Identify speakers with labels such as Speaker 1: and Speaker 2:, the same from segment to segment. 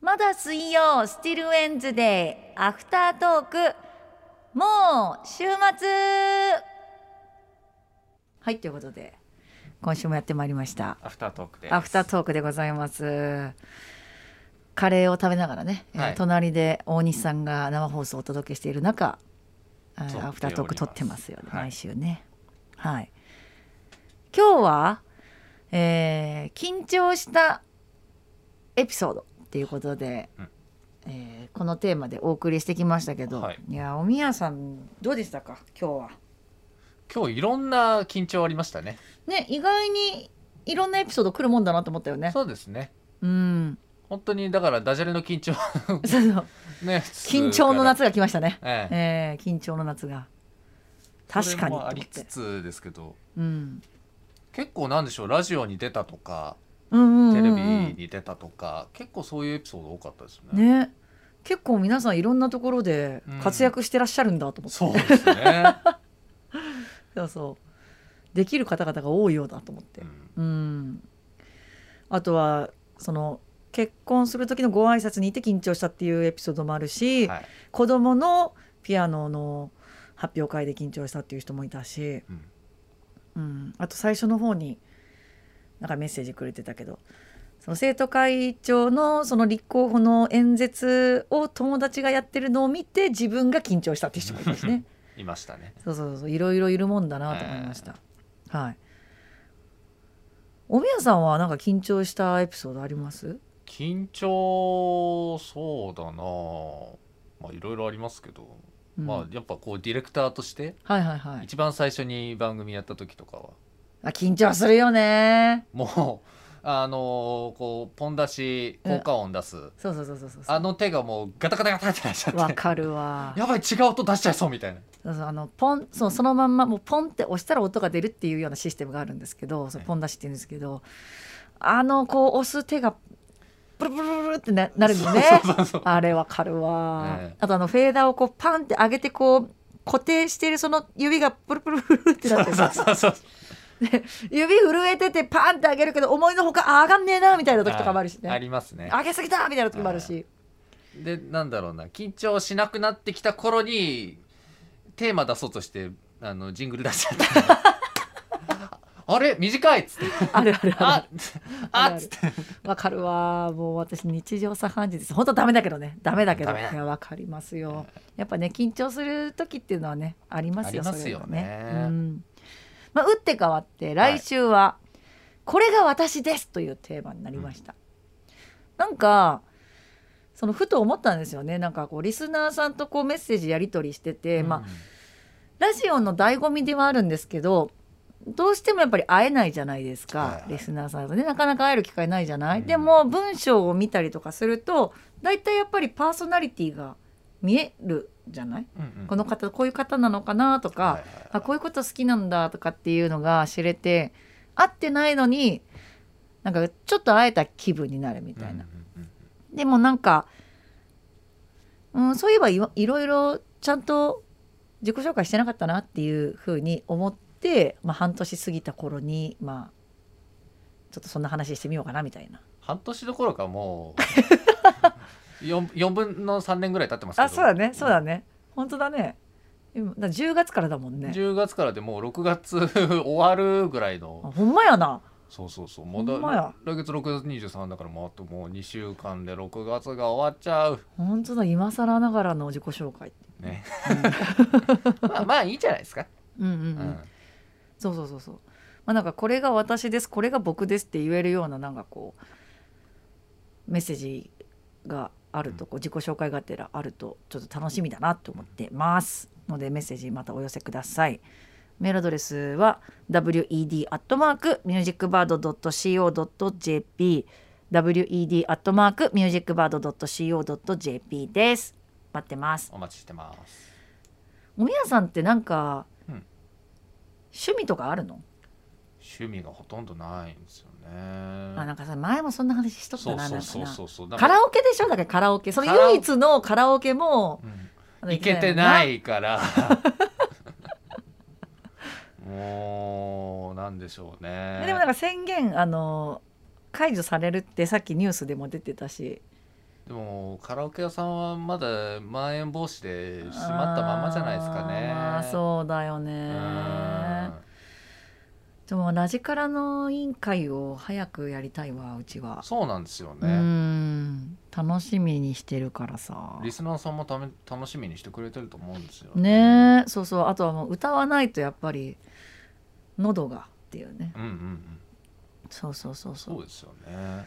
Speaker 1: まだ水曜スティルウェンズデーアフタートークもう週末はいということで今週もやってまいりました
Speaker 2: アフタートークです。
Speaker 1: アフタートークでございますカレーを食べながらね、えー
Speaker 2: はい
Speaker 1: 隣で大西さんが生放送をお届けしている中、あー
Speaker 2: 撮っております
Speaker 1: アフタートーク撮ってますよね、
Speaker 2: はい
Speaker 1: 毎週ねはい今日は、えー緊張したエピソードっていうことで、
Speaker 2: うん
Speaker 1: えーこのテーマでお送りしてきましたけど、
Speaker 2: はい
Speaker 1: い、やおみやさんどうでしたか今日は
Speaker 2: 今日いろんな緊張ありましたね。
Speaker 1: ね意外にいろんなエピソード来るもんだなと思ったよね
Speaker 2: そうですね。
Speaker 1: うん
Speaker 2: 本当にだからダジャレの緊張
Speaker 1: そうそう
Speaker 2: ね。
Speaker 1: 緊張の
Speaker 2: 普通
Speaker 1: 夏が来ましたね。
Speaker 2: から。ええ。
Speaker 1: えー緊張の夏が。確かにと
Speaker 2: それ
Speaker 1: 思
Speaker 2: もあ
Speaker 1: っ
Speaker 2: りつ
Speaker 1: て。
Speaker 2: つですけど、
Speaker 1: うん。
Speaker 2: 結構なんでしょうラジオに出たとか
Speaker 1: うんうん
Speaker 2: テ
Speaker 1: う
Speaker 2: レ
Speaker 1: んう
Speaker 2: ビ
Speaker 1: ん。
Speaker 2: に出たとか、結構そういうエピソード多かったですね。
Speaker 1: ね。結構皆さんいろんなところで
Speaker 2: うん
Speaker 1: 活躍してらっしゃるんだと思って。
Speaker 2: そうですね。
Speaker 1: そうそう。できる方々が多いようだと思ってう
Speaker 2: う。ん
Speaker 1: ん。あとはその結婚する時のご挨拶にいて緊張したっていうエピソードもあるし、
Speaker 2: はい。
Speaker 1: 子供のピアノの発表会で緊張したっていう人もいたし。
Speaker 2: うん
Speaker 1: うん、あと最初の方になんかメッセージくれてたけどその生徒会長のその立候補の演説を友達がやってるのを見て自分が緊張したって人もいたしね
Speaker 2: いましたね。
Speaker 1: そうそうそういろいろいるもんだなと思いました、はいおみやさんはなんか緊張したエピソードあります
Speaker 2: 緊張そうだなあ。まあいろいろありますけど、
Speaker 1: うん
Speaker 2: まあやっぱこうディレクターとして
Speaker 1: はいはいはい
Speaker 2: 一番最初に番組やった時とかは
Speaker 1: あ緊張するよね
Speaker 2: もうあのーこうポン出し
Speaker 1: うん
Speaker 2: 効果音出す、
Speaker 1: そうそうそうそうそう
Speaker 2: あの手がもうガタガタガタってなっちゃっ
Speaker 1: わ
Speaker 2: て
Speaker 1: かるわ
Speaker 2: やばい違う音出しちゃいそうみたいな
Speaker 1: そうそうあのポンそうそのまんまもうポンって押したら音が出るっていうようなシステムがあるんですけどそう
Speaker 2: はい
Speaker 1: ポン出しって言うんですけどあのこう押す手がブルブルブルブルってななるのね
Speaker 2: そうそうそう
Speaker 1: あれわかるわ、
Speaker 2: ええ
Speaker 1: あとあのフェーダーをこうパンって上げてこう固定してるその指がブルブルブルってなって
Speaker 2: そう
Speaker 1: さ
Speaker 2: そうそう
Speaker 1: 指震えててパンって上げるけど思いのほかあ上がんねえなみたいな時とかもあるし
Speaker 2: あ
Speaker 1: ね
Speaker 2: りますね
Speaker 1: 上げすぎたみたいな時もあるし
Speaker 2: でなんだろうな緊張しなくなってきた頃にテーマ出そうとしてあのジングル出しちゃった あれ短いっつって
Speaker 1: あるあるある
Speaker 2: ああっつって
Speaker 1: わかるわもう私日常茶飯事です本当ダメだけどねダメだけど
Speaker 2: ダメだ
Speaker 1: いやわかりますよやっぱね緊張する時っていうのはねありますよ
Speaker 2: ありますよね
Speaker 1: そういうのうんまあ、打って変わって来週は、これが私です」というテーマになりました、なんかそのふと思ったんですよねなんかこうリスナーさんとこうメッセージやり取りしてて、まあラジオの醍醐味ではあるんですけどどうしてもやっぱり会えないじゃないですか、
Speaker 2: はいはい
Speaker 1: リスナーさんとねなかなか会える機会ないじゃない、
Speaker 2: うん
Speaker 1: でも文章を見たりとかすると大体やっぱりパーソナリティが見えるじゃない、
Speaker 2: うんうん
Speaker 1: この方こういう方なのかなとか、
Speaker 2: はいはい
Speaker 1: あこういうこと好きなんだとかっていうのが知れて会ってないのになんかちょっと会えた気分になるみたいな。
Speaker 2: うんうんうん
Speaker 1: でもなんか、うん、そういえばいわいろいろちゃんと自己紹介してなかったなっていうふうに思って、まあ、半年過ぎた頃にまあちょっとそんな話してみようかなみたいな
Speaker 2: 半年どころかも う 4, 4分の3年ぐらい経ってますけど
Speaker 1: あそうだねそうだね本当だね今だ10月からだもんね
Speaker 2: 10月からでもう6月終わるぐらい
Speaker 1: あ
Speaker 2: の
Speaker 1: ほんまやな
Speaker 2: そうそうそうもう
Speaker 1: ほ
Speaker 2: だ
Speaker 1: んまや
Speaker 2: 来月6月23だからもうあともう2週間で6月が終わっちゃう
Speaker 1: 本当だ今更ながらの自己紹介
Speaker 2: ね まあまあいいじゃないですか、
Speaker 1: うんうんう、
Speaker 2: うんん
Speaker 1: そうそうそうそうまあなんかこれが私ですこれが僕ですって言えるようななんかこうメッセージがあるとこう自己紹介がてらあるとちょっと楽しみだなと思ってますのでメッセージまたお寄せくださいメールアドレスは wed.musicbird.co.jp wed.musicbird.co.jp です待ってます
Speaker 2: お待ちしてます
Speaker 1: おみやさんってなんか、
Speaker 2: うん
Speaker 1: 趣味とかあるの、
Speaker 2: 趣味がほとんどないんですよね
Speaker 1: あなんかさ前もそんな話しとった
Speaker 2: そう
Speaker 1: な
Speaker 2: そう
Speaker 1: なん
Speaker 2: そう
Speaker 1: かな
Speaker 2: そうそうだ
Speaker 1: カ
Speaker 2: から
Speaker 1: ラオケでしょだけどカラオケその
Speaker 2: カラオ
Speaker 1: 唯一のカラオケも
Speaker 2: うん
Speaker 1: あの
Speaker 2: 行けてないいから もうなんでしょうね
Speaker 1: でもなんか宣言あの解除されるってさっきニュースでも出てたし
Speaker 2: でもカラオケ屋さんはまだまん延防止で閉まったままじゃないですかね。
Speaker 1: あーそうだよ
Speaker 2: う
Speaker 1: ね
Speaker 2: ん
Speaker 1: でもラジカラの委員会を早くやりたいわうちは、
Speaker 2: そうなんですよ
Speaker 1: う
Speaker 2: ね。
Speaker 1: ん楽しみにしてるからさ
Speaker 2: リスナーさんもため楽しみにしてくれてると思うんですよ。
Speaker 1: ねえそうそうあとはもう歌わないとやっぱり喉がっていうね
Speaker 2: うんうんうん。
Speaker 1: そうそうそうそう
Speaker 2: そうですよね。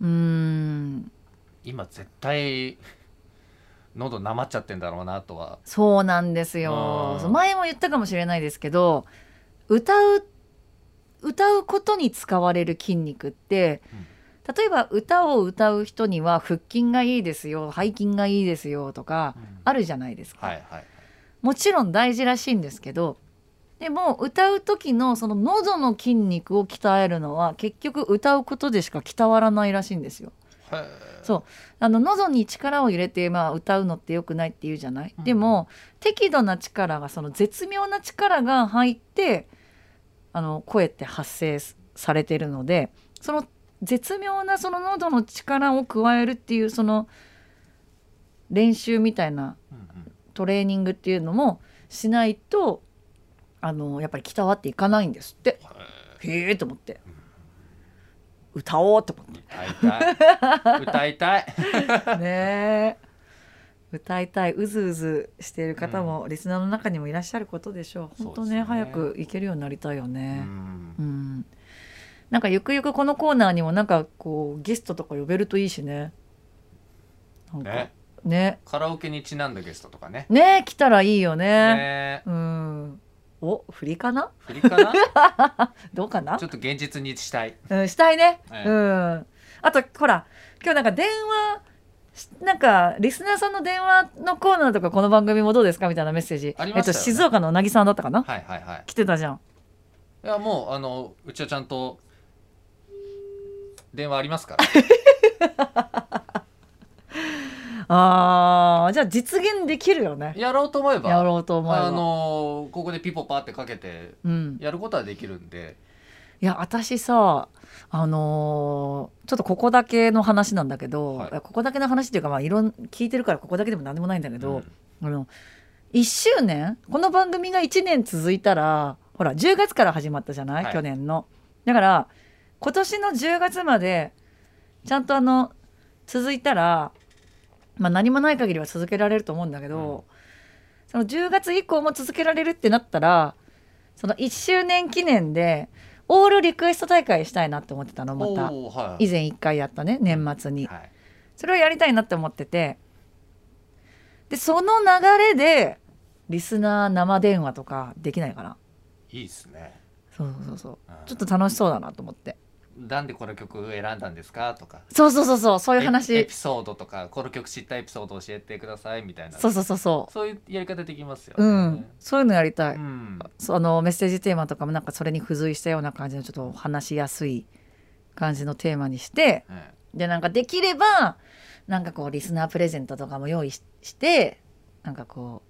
Speaker 1: うーん
Speaker 2: 今絶対喉なまっちゃってんだろうなとは。
Speaker 1: そうなんですよ
Speaker 2: うん
Speaker 1: そう前も言ったかもしれないですけど歌う歌うことに使われる筋肉って例えば歌を歌う人には腹筋がいいですよ背筋がいいですよとかあ
Speaker 2: る。
Speaker 1: るじゃないですか、
Speaker 2: はいはい。
Speaker 1: もちろん大事らしいんですけどでも歌う時のその喉の筋肉を鍛えるのは結局歌うことでしか鍛わらないらしいんですよ。
Speaker 2: へー
Speaker 1: そうあの喉に力を入れて、まあ、歌うのって良くないって言うじゃない、
Speaker 2: うん
Speaker 1: でも適度な力がその絶妙な力が入ってあの声って発生すされてるのでその絶妙なその喉の力を加えるっていうその練習みたいな
Speaker 2: うんうん
Speaker 1: トレーニングっていうのもしないとあのやっぱり鍛わっていかないんですって
Speaker 2: へー
Speaker 1: へえと思って歌おうと思って。
Speaker 2: 歌いたい。歌いたい。
Speaker 1: ねえ歌いたいうずうずしている方も、リスナーの中にもいらっしゃることでしょう本当ね
Speaker 2: そうですね
Speaker 1: 早く行けるようになりたいよ
Speaker 2: う
Speaker 1: ね
Speaker 2: ん
Speaker 1: うん、なんかゆくゆくこのコーナーにもなんかこうゲストとか呼べるといいしねなんか
Speaker 2: ね
Speaker 1: ね。ね
Speaker 2: カラオケにちなんだゲストとかね。
Speaker 1: ね来たらいいよね
Speaker 2: ね
Speaker 1: うんお振りかな
Speaker 2: 振りか な。
Speaker 1: どうかな
Speaker 2: ちょっと現実にしたい。
Speaker 1: うん、したいね、
Speaker 2: ええ
Speaker 1: うんあとほら今日なんか電話しなんかリスナーさんの電話のコーナーとかこの番組もどうですかみたいなメッセージ
Speaker 2: ありました
Speaker 1: えっと、
Speaker 2: よね
Speaker 1: 静岡のなぎさんだったかな、
Speaker 2: はいはいはい。
Speaker 1: 来てたじゃん
Speaker 2: いやもうあのうちはちゃんと電話ありま すから。
Speaker 1: あーじゃあ実現できるよね
Speaker 2: やろうと思えば。
Speaker 1: やろうと思えば
Speaker 2: あのここでピポパってかけて
Speaker 1: うん、
Speaker 2: やることはできるんで。
Speaker 1: いや私さあのーちょっとここだけの話なんだけど、
Speaker 2: はい
Speaker 1: いやここだけの話っていうかまあいろん聞いてるからここだけでも何でもないんだけど、
Speaker 2: うん
Speaker 1: あの1周年この番組が1年続いたらほら10月から始まったじゃない、
Speaker 2: はい
Speaker 1: 去年のだから今年の10月までちゃんとあの続いたら、まあ、何もない限りは続けられると思うんだけど、その10月以降も続けられるってなったらその1周年記念でオールリクエスト大会したいなって思ってたのまた
Speaker 2: おーはい。
Speaker 1: 以前1回やったね年末に。
Speaker 2: はい。
Speaker 1: それをやりたいなって思っててでその流れでリスナー生電話とかできないかない
Speaker 2: いですね。
Speaker 1: そうそうそうそう
Speaker 2: うん
Speaker 1: ちょっと楽しそうだなと思って
Speaker 2: なんでこの曲選んだんですかとか。
Speaker 1: そうそうそうそうそういう
Speaker 2: エエ
Speaker 1: 話
Speaker 2: ピソードとかこの曲知ったエピソード教えてくださいみたいな。
Speaker 1: そうそうそうそ
Speaker 2: そういうやり方できますよ
Speaker 1: う
Speaker 2: ね。
Speaker 1: うんそういうのやりたい、
Speaker 2: うん。
Speaker 1: そのメッセージテーマとかもなんかそれに付随したような感じのちょっと話しやすい感じのテーマにして
Speaker 2: ええ
Speaker 1: でなんかできればなんかこうリスナープレゼントとかも用意ししてなんかこ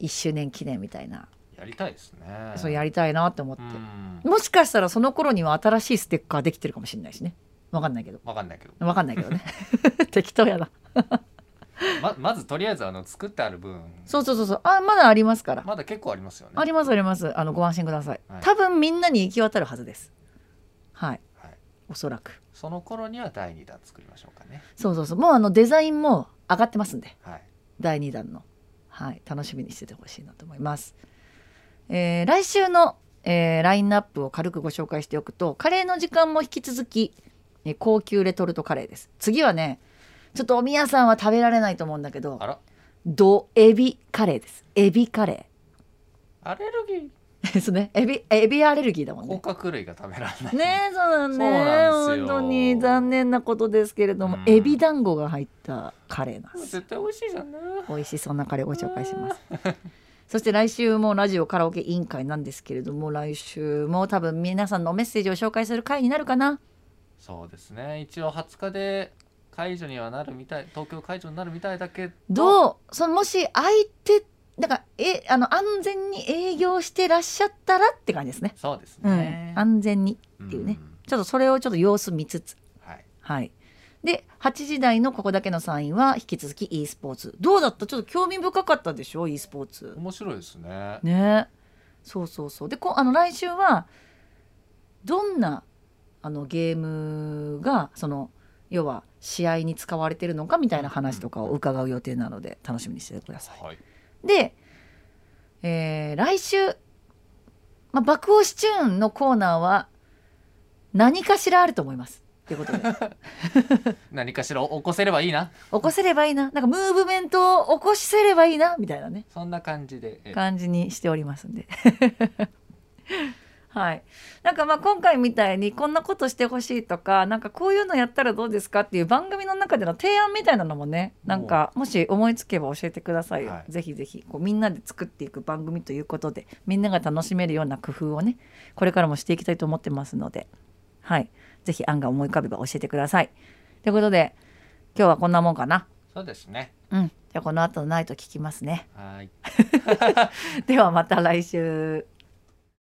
Speaker 1: う1周年記念みたいな
Speaker 2: やりたいですね。
Speaker 1: そうやりたいなって思って
Speaker 2: う、ん。
Speaker 1: もしかしたらその頃には新しいステッカーできてるかもしれないしねわかんないけど
Speaker 2: わかんないけど。
Speaker 1: わかんないけどね適当やな
Speaker 2: ままずとりあえずあの作ってある分。
Speaker 1: そうそうそうそうあまだありますから、
Speaker 2: まだ結構ありますよね。
Speaker 1: ありますありますあのご安心ください、
Speaker 2: はい
Speaker 1: 多分みんなに行き渡るはずですはい
Speaker 2: はい。
Speaker 1: おそらく
Speaker 2: その頃には第二弾作りましょうかね。
Speaker 1: そうそうそうもうあのデザインも上がってますんで
Speaker 2: はい。
Speaker 1: 第2弾の、はい、楽しみにしててほしいなと思います。えー来週の、えーラインナップを軽くご紹介しておくとカレーの時間も引き続き、えー高級レトルトカレーです次はねちょっとおみやさんは食べられないと思うんだけど
Speaker 2: あら、
Speaker 1: ドエビカレーですエビカレ
Speaker 2: アレルギー。
Speaker 1: ーですねエビエビアレルギーだもん
Speaker 2: 甲
Speaker 1: ね
Speaker 2: 殻類が食べられない。
Speaker 1: ねえそうなん
Speaker 2: そう
Speaker 1: ね
Speaker 2: なんですよ
Speaker 1: 本当に残念なことですけれども、
Speaker 2: うん
Speaker 1: エビ団子が入ったカレーなんです
Speaker 2: 絶対美味しいじゃんな。
Speaker 1: 美味しそうなカレーをご紹介します そして来週もラジオカラオケ委員会なんですけれども来週も多分皆さんのメッセージを紹介する回になるかな
Speaker 2: そうですね。一応20日で解除にはなるみたい、東京解除になるみたいだけど。
Speaker 1: どうそのもし相手だからえあの安全に営業してらっしゃったらって感じですね、
Speaker 2: そうです
Speaker 1: うん
Speaker 2: ね。
Speaker 1: 安全に
Speaker 2: って
Speaker 1: いうねちょっとそれをちょっと様子見つつ
Speaker 2: はい。
Speaker 1: はいで8時台のここだけのサインは引き続き e スポーツどうだったちょっと興味深かったでしょ e スポーツ
Speaker 2: 面白いですね
Speaker 1: ねそうそうそうでこあの来週はどんなあのゲームがその要は試合に使われてるのかみたいな話とかを伺う予定なので楽しみにしててください。
Speaker 2: はい
Speaker 1: で、えー来週、まあ、爆押しチューンのコーナーは何かしらあると思います。ってことで起
Speaker 2: 何かしら起こせればいいな
Speaker 1: こせればいいななんかムーブメントを起こせればいいなみたいなね
Speaker 2: そんな感じでえ
Speaker 1: 感じにしておりますんで はいなんかまあ今回みたいにこんなことしてほしいとかなんかこういうのやったらどうですかっていう番組の中での提案みたいなのもねなんかもし思いつけば教えてくださいよ、
Speaker 2: はい
Speaker 1: ぜひぜひこうみんなで作っていく番組ということでみんなが楽しめるような工夫をねこれからもしていきたいと思ってますのではいぜひ案が思い浮かべば教えてくださいということで今日はこんなもんかな
Speaker 2: そうですね
Speaker 1: うんじゃあこの後のナイト聞きますね
Speaker 2: はい
Speaker 1: ではまた来週。